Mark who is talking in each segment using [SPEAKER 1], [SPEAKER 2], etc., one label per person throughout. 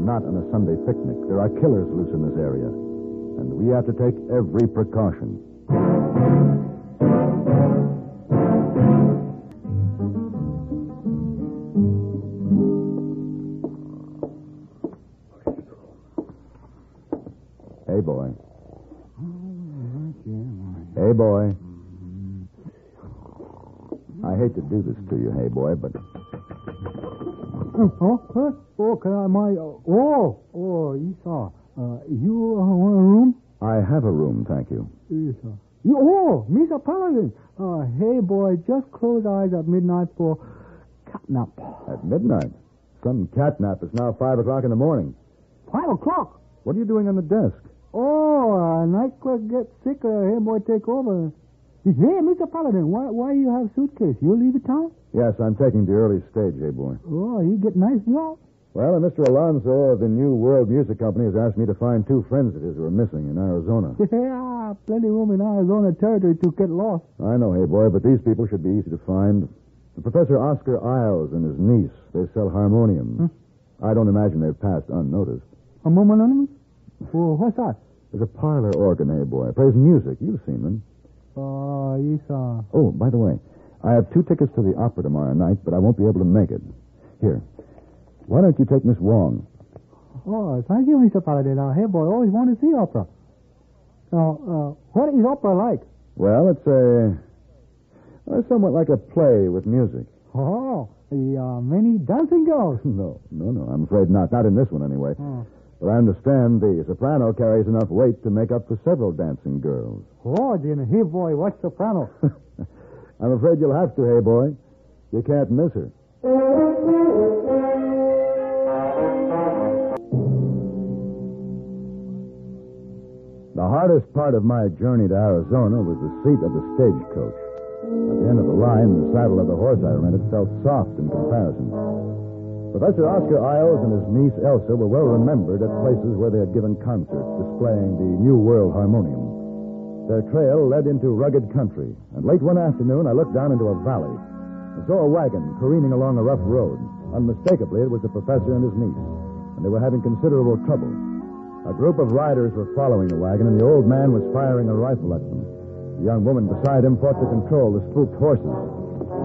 [SPEAKER 1] not on a Sunday picnic. There are killers loose in this area. And we have to take every precaution. Hey, boy. Hey, boy. I hate to do this to you, hey, boy, but
[SPEAKER 2] Oh, oh, huh? okay, my, oh, oh, Esau, uh, you uh, want a room?
[SPEAKER 1] I have a room, thank you.
[SPEAKER 2] Esau. You, oh, Mr. Paladin. Uh, hey, boy, just close eyes at midnight for catnap.
[SPEAKER 1] At midnight. Some catnap. It's now 5 o'clock in the morning.
[SPEAKER 2] Five o'clock.
[SPEAKER 1] What are you doing on the desk?
[SPEAKER 2] Oh, uh, night clerk gets sick. Uh, hey, boy, take over. Hey, Mr. Paladin, why, why you have suitcase? You leave the town?
[SPEAKER 1] Yes, I'm taking the early stage, hey, boy.
[SPEAKER 2] Oh, you get nice job.
[SPEAKER 1] Well, and Mr. Alonso of the New World Music Company has asked me to find two friends of his who are missing in Arizona.
[SPEAKER 2] Yeah, plenty room in Arizona territory to get lost.
[SPEAKER 1] I know, hey, boy, but these people should be easy to find. Professor Oscar Isles and his niece, they sell harmoniums. I don't imagine they've passed unnoticed.
[SPEAKER 2] A moment, anonymous? Oh, what's that?
[SPEAKER 1] There's a parlor organ, hey, boy. Plays music. You've seen them.
[SPEAKER 2] Oh, Esau.
[SPEAKER 1] Oh, by the way, I have two tickets to the opera tomorrow night, but I won't be able to make it. Here. Why don't you take Miss Wong?
[SPEAKER 2] Oh, thank you, Mr. Paladin. Now, hey, boy, always want to see opera. Now, uh, what is opera like?
[SPEAKER 1] Well, it's a. well, it's somewhat like a play with music.
[SPEAKER 2] Oh, the uh, many dancing girls.
[SPEAKER 1] No, Oh, no, no. I'm afraid not. Not in this one, anyway.
[SPEAKER 2] Oh.
[SPEAKER 1] But I understand the soprano carries enough weight to make up for several dancing girls.
[SPEAKER 2] Oh, then, hey, boy, watch soprano.
[SPEAKER 1] I'm afraid you'll have to, hey, boy. You can't miss her. The hardest part of my journey to Arizona was the seat of the stagecoach. At the end of the line, the saddle of the horse I rented felt soft in comparison. Professor Oscar Isles and his niece Elsa were well remembered at places where they had given concerts displaying the New World Harmonium. Their trail led into rugged country, and late one afternoon I looked down into a valley and saw a wagon careening along a rough road. Unmistakably, it was the professor and his niece, and they were having considerable trouble. A group of riders were following the wagon, and the old man was firing a rifle at them. The young woman beside him fought to control the spooked horses.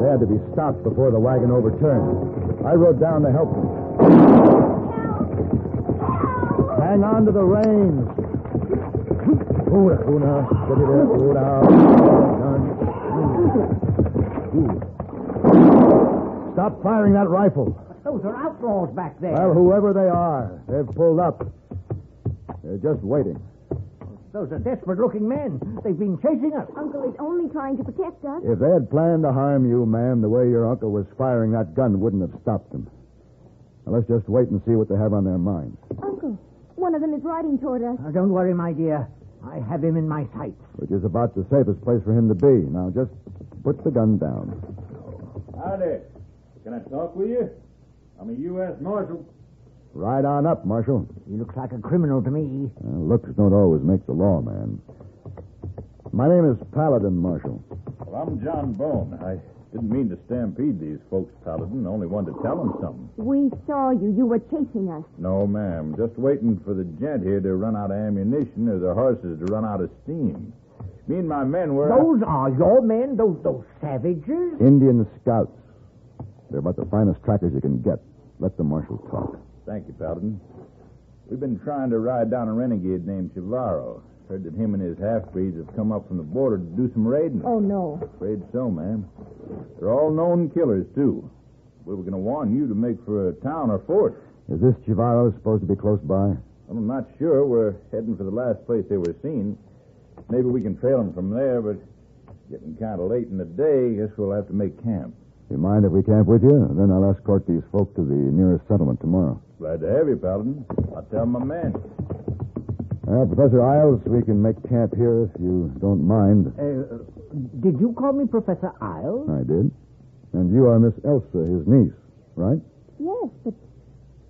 [SPEAKER 1] They had to be stopped before the wagon overturned. I rode down to help them. Hang on to the reins. Una, una, get it in, una. Done. Ooh. Stop firing that rifle.
[SPEAKER 3] Those are outlaws back there.
[SPEAKER 1] Well, whoever they are, they've pulled up. They're just waiting.
[SPEAKER 3] Those are desperate looking men. They've been chasing us.
[SPEAKER 4] Uncle is only trying to protect us.
[SPEAKER 1] If they had planned to harm you, ma'am, the way your uncle was firing that gun wouldn't have stopped them. Now, let's just wait and see what they have on their minds.
[SPEAKER 4] Uncle, one of them is riding toward us.
[SPEAKER 3] Uh, don't worry, my dear. I have him in my sights.
[SPEAKER 1] Which is about the safest place for him to be. Now, just put the gun down.
[SPEAKER 5] Howdy. Can I talk with you? I'm a U.S. Marshal.
[SPEAKER 1] Ride on up, Marshal.
[SPEAKER 3] He looks like a criminal to me.
[SPEAKER 1] Uh, looks don't always make the law, man. My name is Paladin, Marshal.
[SPEAKER 5] Well, I'm John Bone. I didn't mean to stampede these folks, Paladin. Only wanted to tell them something.
[SPEAKER 4] We saw you. You were chasing us.
[SPEAKER 5] No, ma'am. Just waiting for the gent here to run out of ammunition or the horses to run out of steam. Me and my men were. out-
[SPEAKER 3] Those are your men, those those savages.
[SPEAKER 1] Indian Scouts. They're about the finest trackers you can get. Let the Marshal talk.
[SPEAKER 5] Thank you, Paladin. We've been trying to ride down a renegade named Chivaro. Heard that him and his half-breeds have come up from the border to do some raiding.
[SPEAKER 4] Oh, no.
[SPEAKER 5] Afraid so, ma'am. They're all known killers, too. We were going to warn you to make for a town or fort.
[SPEAKER 1] Is this Chivaro supposed to be close by?
[SPEAKER 5] I'm not sure. We're heading for the last place they were seen. Maybe we can trail them from there, but getting kind of late in the day, guess we'll have to make camp.
[SPEAKER 1] You mind if we camp with you? Then I'll escort these folk to the nearest settlement tomorrow.
[SPEAKER 5] Glad to have you, Paladin. I'll tell my men.
[SPEAKER 1] Well, Uh, Professor Isles, we can make camp here if you don't mind.
[SPEAKER 3] Uh, did you call me Professor Isles?
[SPEAKER 1] I did. And you are Miss Elsa, his niece, right?
[SPEAKER 4] Yes, but.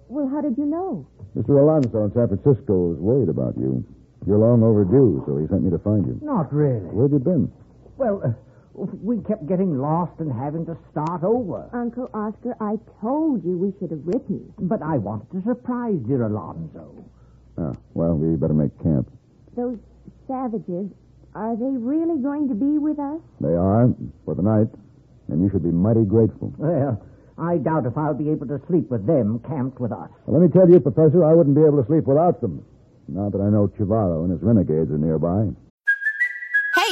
[SPEAKER 4] Well, how did you know?
[SPEAKER 1] Mr. Alonso in San Francisco is worried about you. You're long overdue, so he sent me to find you.
[SPEAKER 3] Not really.
[SPEAKER 1] Where have you been?
[SPEAKER 3] Well, uh, We kept getting lost and having to start over.
[SPEAKER 4] Uncle Oscar, I told you we should have written.
[SPEAKER 3] But I wanted to surprise dear Alonzo.
[SPEAKER 1] Oh, well, we better make camp.
[SPEAKER 4] Those savages, are they really going to be with us?
[SPEAKER 1] They are for the night, and you should be mighty grateful.
[SPEAKER 3] Well, I doubt if I'll be able to sleep with them camped with us.
[SPEAKER 1] Well, let me tell you, Professor, I wouldn't be able to sleep without them. Now that I know Chivaro and his renegades are nearby.
[SPEAKER 6] Hey,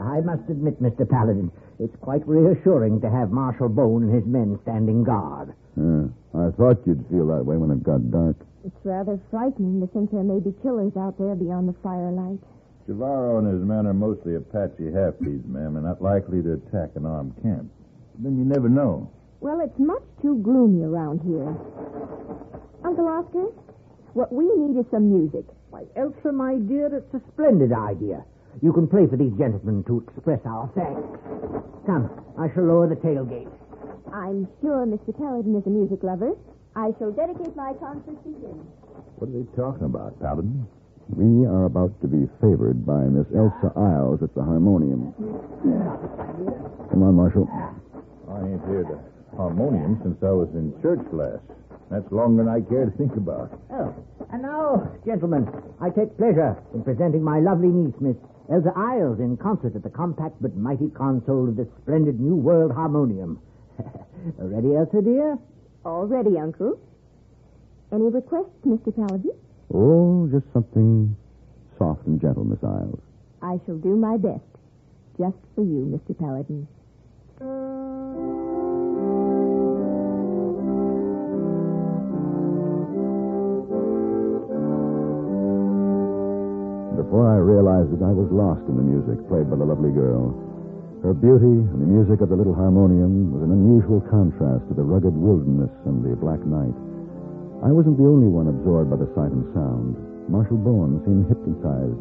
[SPEAKER 3] I must admit, Mr. Paladin, it's quite reassuring to have Marshal Bone and his men standing guard.
[SPEAKER 1] Yeah, I thought you'd feel that way when it got dark.
[SPEAKER 4] It's rather frightening to think there may be killers out there beyond the firelight.
[SPEAKER 5] Chavaro and his men are mostly Apache half-breeds, ma'am, and not likely to attack an armed camp. Then you never know.
[SPEAKER 4] Well, it's much too gloomy around here. Uncle Oscar, what we need is some music.
[SPEAKER 3] Why, Elsa, my dear, it's a splendid idea. You can play for these gentlemen to express our thanks. Come, I shall lower the tailgate.
[SPEAKER 4] I'm sure Mr. Paladin is a music lover. I shall dedicate my concert to him.
[SPEAKER 5] What are they talking about, Paladin?
[SPEAKER 1] We are about to be favored by Miss Elsa Isles at the harmonium. Come on, Marshal.
[SPEAKER 5] I ain't heard a harmonium since I was in church last. That's longer than I care to think about.
[SPEAKER 3] Oh, and now, gentlemen, I take pleasure in presenting my lovely niece, Miss Elsa Isles, in concert at the compact but mighty console of this splendid New World Harmonium. Ready, Elsa, dear?
[SPEAKER 4] Already, Uncle. Any requests, Mr. Paladin?
[SPEAKER 1] Oh, just something soft and gentle, Miss Isles.
[SPEAKER 4] I shall do my best. Just for you, Mr. Paladin.
[SPEAKER 1] Before I realized it, I was lost in the music played by the lovely girl. Her beauty and the music of the little harmonium was an unusual contrast to the rugged wilderness and the black night. I wasn't the only one absorbed by the sight and sound. Marshal Bowen seemed hypnotized,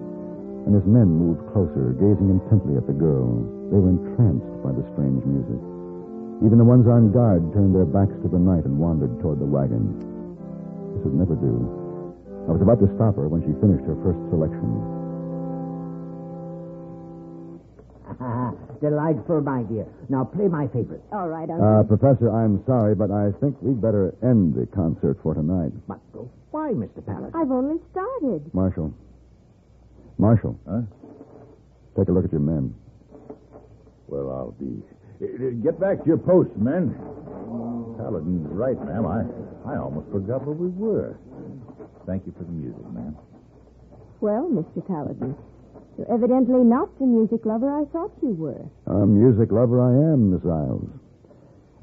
[SPEAKER 1] and his men moved closer, gazing intently at the girl. They were entranced by the strange music. Even the ones on guard turned their backs to the night and wandered toward the wagon. This would never do. I was about to stop her when she finished her first selection.
[SPEAKER 3] Delightful, my dear. Now play my favorite.
[SPEAKER 4] All right, Uncle.
[SPEAKER 1] Uh, Professor, I'm sorry, but I think we'd better end the concert for tonight.
[SPEAKER 3] But why, Mr. Paladin?
[SPEAKER 4] Uh, I've only started.
[SPEAKER 1] Marshal. Marshal.
[SPEAKER 5] Huh?
[SPEAKER 1] Take a look at your men.
[SPEAKER 5] Well, I'll be. Uh, uh, Get back to your posts, men. Paladin's right, ma'am. I, I almost forgot where we were. Thank you for the music, ma'am.
[SPEAKER 4] Well, Mr. Paladin, you're evidently not the music lover I thought you were.
[SPEAKER 1] A music lover I am, Miss Isles.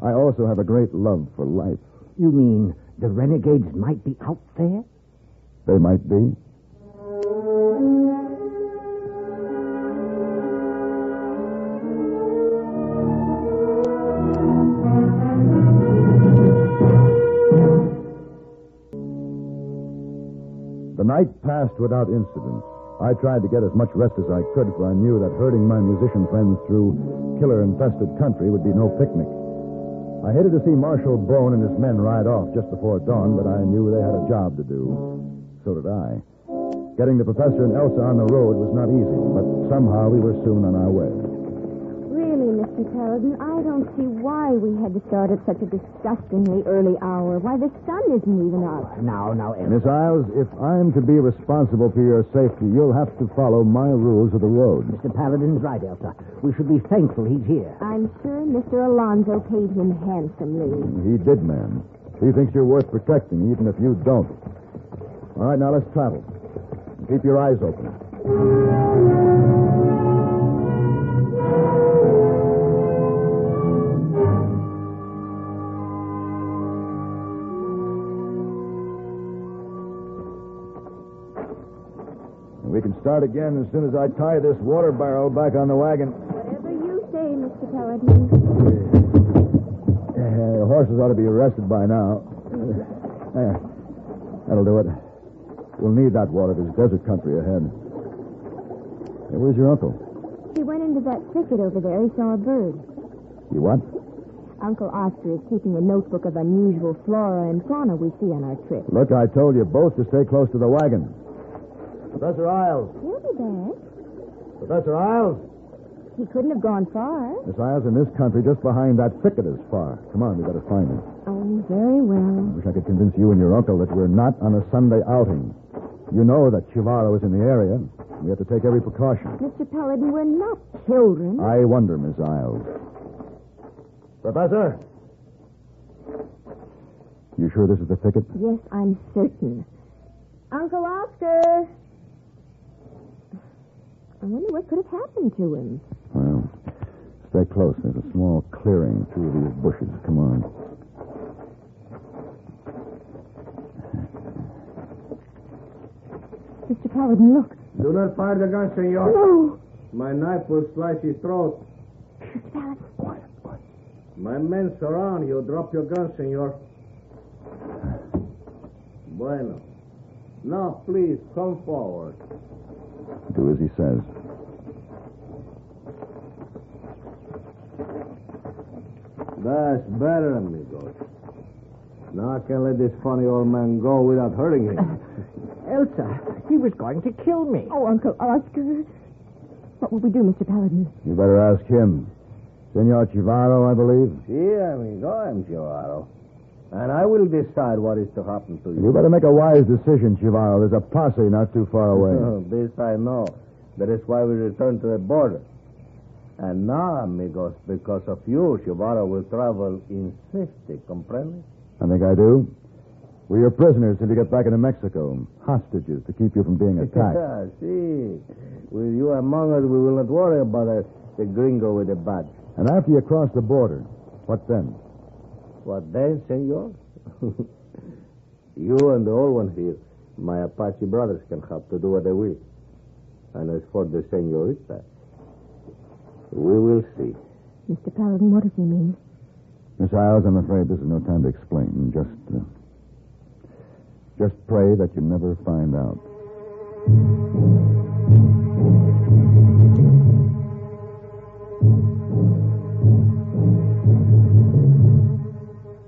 [SPEAKER 1] I also have a great love for life.
[SPEAKER 3] You mean the renegades might be out there?
[SPEAKER 1] They might be. The night passed without incident. I tried to get as much rest as I could, for I knew that herding my musician friends through killer infested country would be no picnic. I hated to see Marshal Bone and his men ride off just before dawn, but I knew they had a job to do. So did I. Getting the professor and Elsa on the road was not easy, but somehow we were soon on our way.
[SPEAKER 4] Really, Mr. Paladin, I don't see why we had to start at such a disgustingly early hour. Why, the sun isn't even up.
[SPEAKER 3] Now, now, Elsa.
[SPEAKER 1] Miss Isles, if I'm to be responsible for your safety, you'll have to follow my rules of the road.
[SPEAKER 3] Mr. Paladin's right, Elsa. We should be thankful he's here.
[SPEAKER 4] I'm sure Mr. Alonzo paid him handsomely.
[SPEAKER 1] He did, ma'am. He thinks you're worth protecting, even if you don't. All right, now let's travel. Keep your eyes open. start again as soon as I tie this water barrel back on the wagon.
[SPEAKER 4] Whatever you say, Mr. Paladin.
[SPEAKER 1] Uh, horses ought to be arrested by now. There. That'll do it. We'll need that water. There's desert country ahead. Hey, where's your uncle?
[SPEAKER 4] He went into that thicket over there. He saw a bird.
[SPEAKER 1] You what?
[SPEAKER 4] Uncle Oscar is keeping a notebook of unusual flora and fauna we see on our trip.
[SPEAKER 1] Look, I told you both to stay close to the wagon. Professor Isles.
[SPEAKER 4] He'll be back.
[SPEAKER 1] Professor Isles.
[SPEAKER 4] He couldn't have gone far.
[SPEAKER 1] Miss Isles in this country, just behind that thicket is far. Come on, we better find him.
[SPEAKER 4] Oh, very well.
[SPEAKER 1] I wish I could convince you and your uncle that we're not on a Sunday outing. You know that Chivaro is in the area. We have to take every precaution.
[SPEAKER 4] Mr. Paladin, we're not children.
[SPEAKER 1] I wonder, Miss Isles. Professor? You sure this is the thicket?
[SPEAKER 4] Yes, I'm certain. Uncle Oscar! I wonder what could have happened to him.
[SPEAKER 1] Well, stay close. There's a small clearing through these bushes. Come on.
[SPEAKER 4] Mr. Paladin, look.
[SPEAKER 7] Do not fire the gun, senor.
[SPEAKER 4] No!
[SPEAKER 7] My knife will slice his throat.
[SPEAKER 4] Mr. Paladin.
[SPEAKER 7] My men surround you. Drop your gun, senor. Bueno. Now, please, come forward.
[SPEAKER 1] Do as he says.
[SPEAKER 7] That's better, amigos. Now I can let this funny old man go without hurting him.
[SPEAKER 3] Elsa, he was going to kill me.
[SPEAKER 4] Oh, Uncle Oscar. What will we do, Mr. Paladin?
[SPEAKER 1] You better ask him. Senor Chivaro, I believe.
[SPEAKER 7] See, amigo, I'm Giovanni. And I will decide what is to happen to
[SPEAKER 1] You better make a wise decision, Chivaro. There's a posse not too far away.
[SPEAKER 7] this I know. That is why we returned to the border. And now, amigos, because of you, Shibara will travel in safety, comprende?
[SPEAKER 1] I think I do. We're your prisoners till you get back into Mexico. Hostages to keep you from being attacked.
[SPEAKER 7] Yeah, see. Ah, With you among us, we will not worry about the, the gringo with the badge.
[SPEAKER 1] and after you cross the border, what then?
[SPEAKER 7] What then, senor? you and the old one here, my Apache brothers, can have to do what they will. And as for the senorita, we will see.
[SPEAKER 4] Mr. Paladin, what does he mean?
[SPEAKER 1] Miss Isles, I'm afraid this is no time to explain. Just, uh, just pray that you never find out.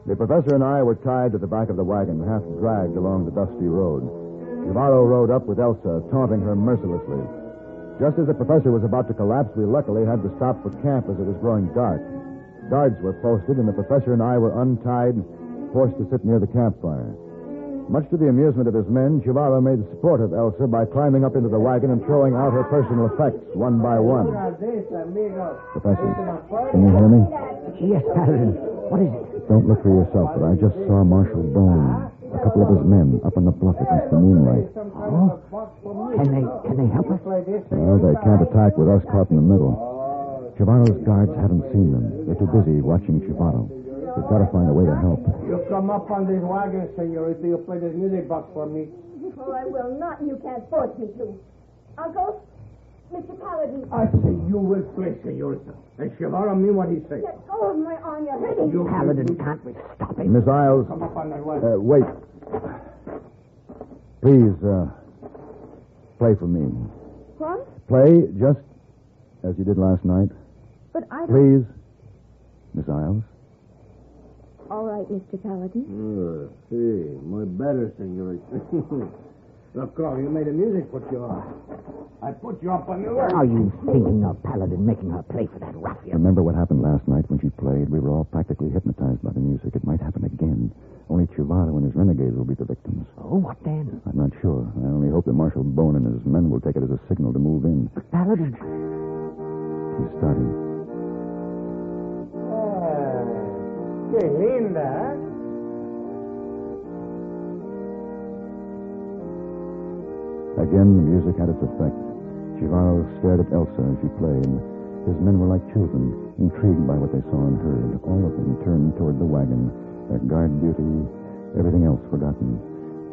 [SPEAKER 1] The professor and I were tied to the back of the wagon, half dragged along the dusty road. Navarro rode up with Elsa, taunting her mercilessly. Just as the professor was about to collapse, we luckily had to stop for camp as it was growing dark. Guards were posted, and the professor and I were untied, forced to sit near the campfire. Much to the amusement of his men, Chivaro made sport of Elsa by climbing up into the wagon and throwing out her personal effects one by one.
[SPEAKER 7] this, amigos?
[SPEAKER 1] Professor, can you hear me?
[SPEAKER 3] Yes, Paladin. What is it?
[SPEAKER 1] Don't look for yourself, but I just saw Marshal Bone, a couple of his men, up on the bluff against the moonlight.
[SPEAKER 3] Can they can they help us?
[SPEAKER 1] Well, they can't attack with us caught in the middle. Chivaro's guards haven't seen them. They're too busy watching Chivaro. We've got to find a way to help.
[SPEAKER 7] You come up on this wagon, senorita. You play this music box for me.
[SPEAKER 8] Oh, I will not, and you can't force me to. Uncle, Mr. Paladin,
[SPEAKER 7] I say you will play, senorita. And Shivara mean what he says.
[SPEAKER 8] let go of my arm. You're hurting.
[SPEAKER 7] You
[SPEAKER 3] Paladin, can't we stop him?
[SPEAKER 1] Miss Isles,
[SPEAKER 7] come up on that wagon.
[SPEAKER 1] uh, wait. Please, uh, play for me.
[SPEAKER 4] What?
[SPEAKER 1] Play just as you did last night.
[SPEAKER 4] But I don't.
[SPEAKER 1] Please, Miss Isles.
[SPEAKER 4] All right, Mr. Paladin.
[SPEAKER 7] Uh, see, my better, senorita. Look, Carl, you made the music put you on. I put you up on the
[SPEAKER 3] What are you thinking of, Paladin, making her play for that ruffian?
[SPEAKER 1] Remember what happened last night when she played? We were all practically hypnotized by the music. It might happen again. Only Chivaro and his renegades will be the victims.
[SPEAKER 3] Oh, what then?
[SPEAKER 1] I'm not sure. I only hope that Marshal Bone and his men will take it as a signal to move in.
[SPEAKER 3] Paladin.
[SPEAKER 1] He's starting.
[SPEAKER 7] Qué linda,
[SPEAKER 1] Again, the music had its effect. Chivaro stared at Elsa as she played. His men were like children, intrigued by what they saw and heard. All of them turned toward the wagon, their guard duty, everything else forgotten.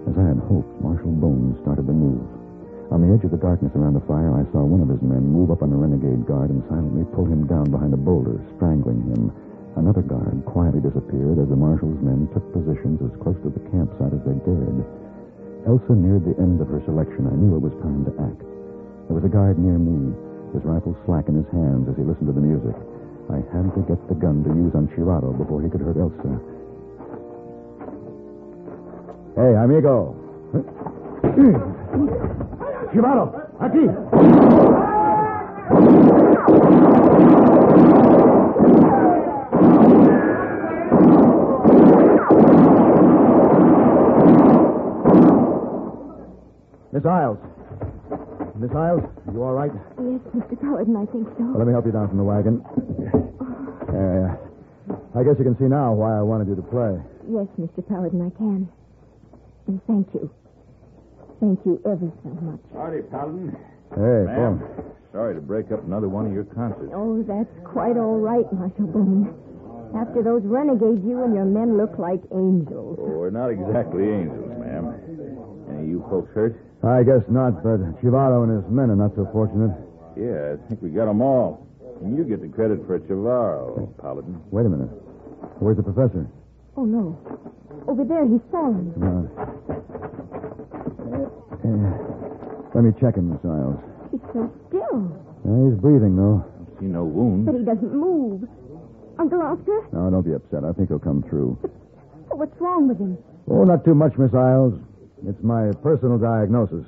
[SPEAKER 1] As I had hoped, Marshal Bone started the move. On the edge of the darkness around the fire, I saw one of his men move up on the renegade guard and silently pull him down behind a boulder, strangling him. Another guard quietly disappeared as the marshal's men took positions as close to the campsite as they dared. Elsa neared the end of her selection. I knew it was time to act. There was a guard near me, his rifle slack in his hands as he listened to the music. I had to get the gun to use on Shirado before he could hurt Elsa. Hey, amigo. Shirado, aquí. Miss Isles. Miss Isles, you all right?
[SPEAKER 4] Yes, Mr. Paladin, I think so.
[SPEAKER 1] Well, let me help you down from the wagon. Uh, I guess you can see now why I wanted you to play.
[SPEAKER 4] Yes, Mr. Paladin, I can. And thank you. Thank you ever so much.
[SPEAKER 5] Howdy, Paladin.
[SPEAKER 1] Hey,
[SPEAKER 5] Ma'am,
[SPEAKER 1] Boone.
[SPEAKER 5] sorry to break up another one of your concerts.
[SPEAKER 4] Oh, that's quite all right, Marshal Boone. After those renegades, you and your men look like angels.
[SPEAKER 5] Oh, we're not exactly angels, ma'am. Any of you folks hurt?
[SPEAKER 1] I guess not, but Chivado and his men are not so fortunate.
[SPEAKER 5] Yeah, I think we got 'em all. And you get the credit for Chavarro, Paladin.
[SPEAKER 1] Wait a minute. Where's the professor?
[SPEAKER 4] Oh, no. Over there, he's fallen.
[SPEAKER 1] Come on. Uh, let me check him, Miss Isles.
[SPEAKER 4] He's so still,
[SPEAKER 1] Uh, he's breathing, though.
[SPEAKER 5] Don't see no wound.
[SPEAKER 4] but he doesn't move. Uncle Oscar,
[SPEAKER 1] Now, don't be upset. I think he'll come through.
[SPEAKER 4] what's wrong with him?
[SPEAKER 1] Oh, not too much, Miss Isles. It's my personal diagnosis.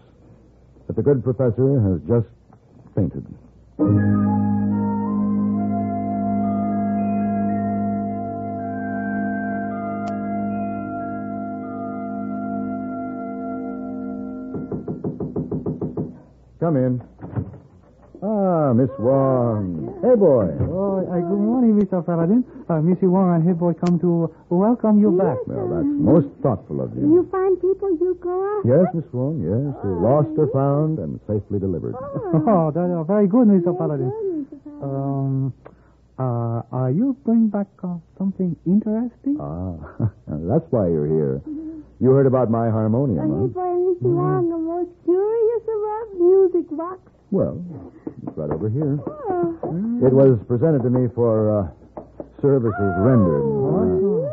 [SPEAKER 1] But the good professor has just fainted. Come in. Ah, Miss Wong. Hey, boy.
[SPEAKER 2] Oh, uh, good morning, Mr. Paladin. Uh, Missy Wong and Hipboy come to welcome you back.
[SPEAKER 1] Well, that's most thoughtful of you.
[SPEAKER 4] You find people, you go after.
[SPEAKER 1] Yes, Miss Wong, yes. They lost or found and safely delivered.
[SPEAKER 2] Oh, that are very good, Mr. Paladin. Um, uh, are you bring back uh, something interesting?
[SPEAKER 1] Ah, that's why you're here. You heard about my harmonium, huh?
[SPEAKER 4] boy, and Missy Wong are most curious about music Oh. box.
[SPEAKER 1] Well, it's right over here. It was presented to me for uh, services rendered.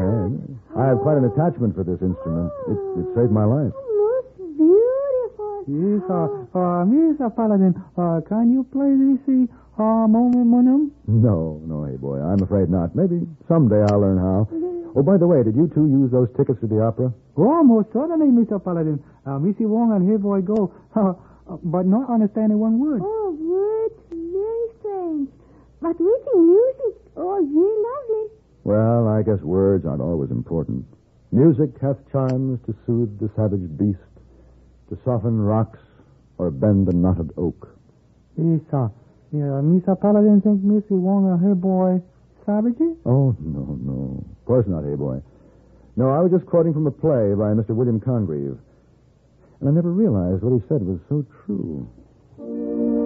[SPEAKER 1] Uh, And I have quite an attachment for this instrument. It, it saved my life.
[SPEAKER 4] Most beautiful.
[SPEAKER 2] Yes, uh, uh, Mr. Paladin, uh, can you play this uh, harmonium?
[SPEAKER 1] No, no, hey boy, I'm afraid not. Maybe someday I'll learn how. Oh, by the way, did you two use those tickets to the opera?
[SPEAKER 2] Oh, most certainly, Mr. Paladin. Uh, Missy Wong and Hipboy go, uh, but not understanding one word.
[SPEAKER 4] Oh, words, very strange. But we can use it. Oh, very lovely.
[SPEAKER 1] Well, I guess words aren't always important. Music hath charms to soothe the savage beast, to soften rocks, or bend the knotted oak.
[SPEAKER 2] Yes, uh, yeah, Mr. Paladin think Missy Wong and Hipboy savages?
[SPEAKER 1] Oh, no, no. Of course not, eh, boy. No, I was just quoting from a play by Mr. William Congreve. And I never realized what he said was so true.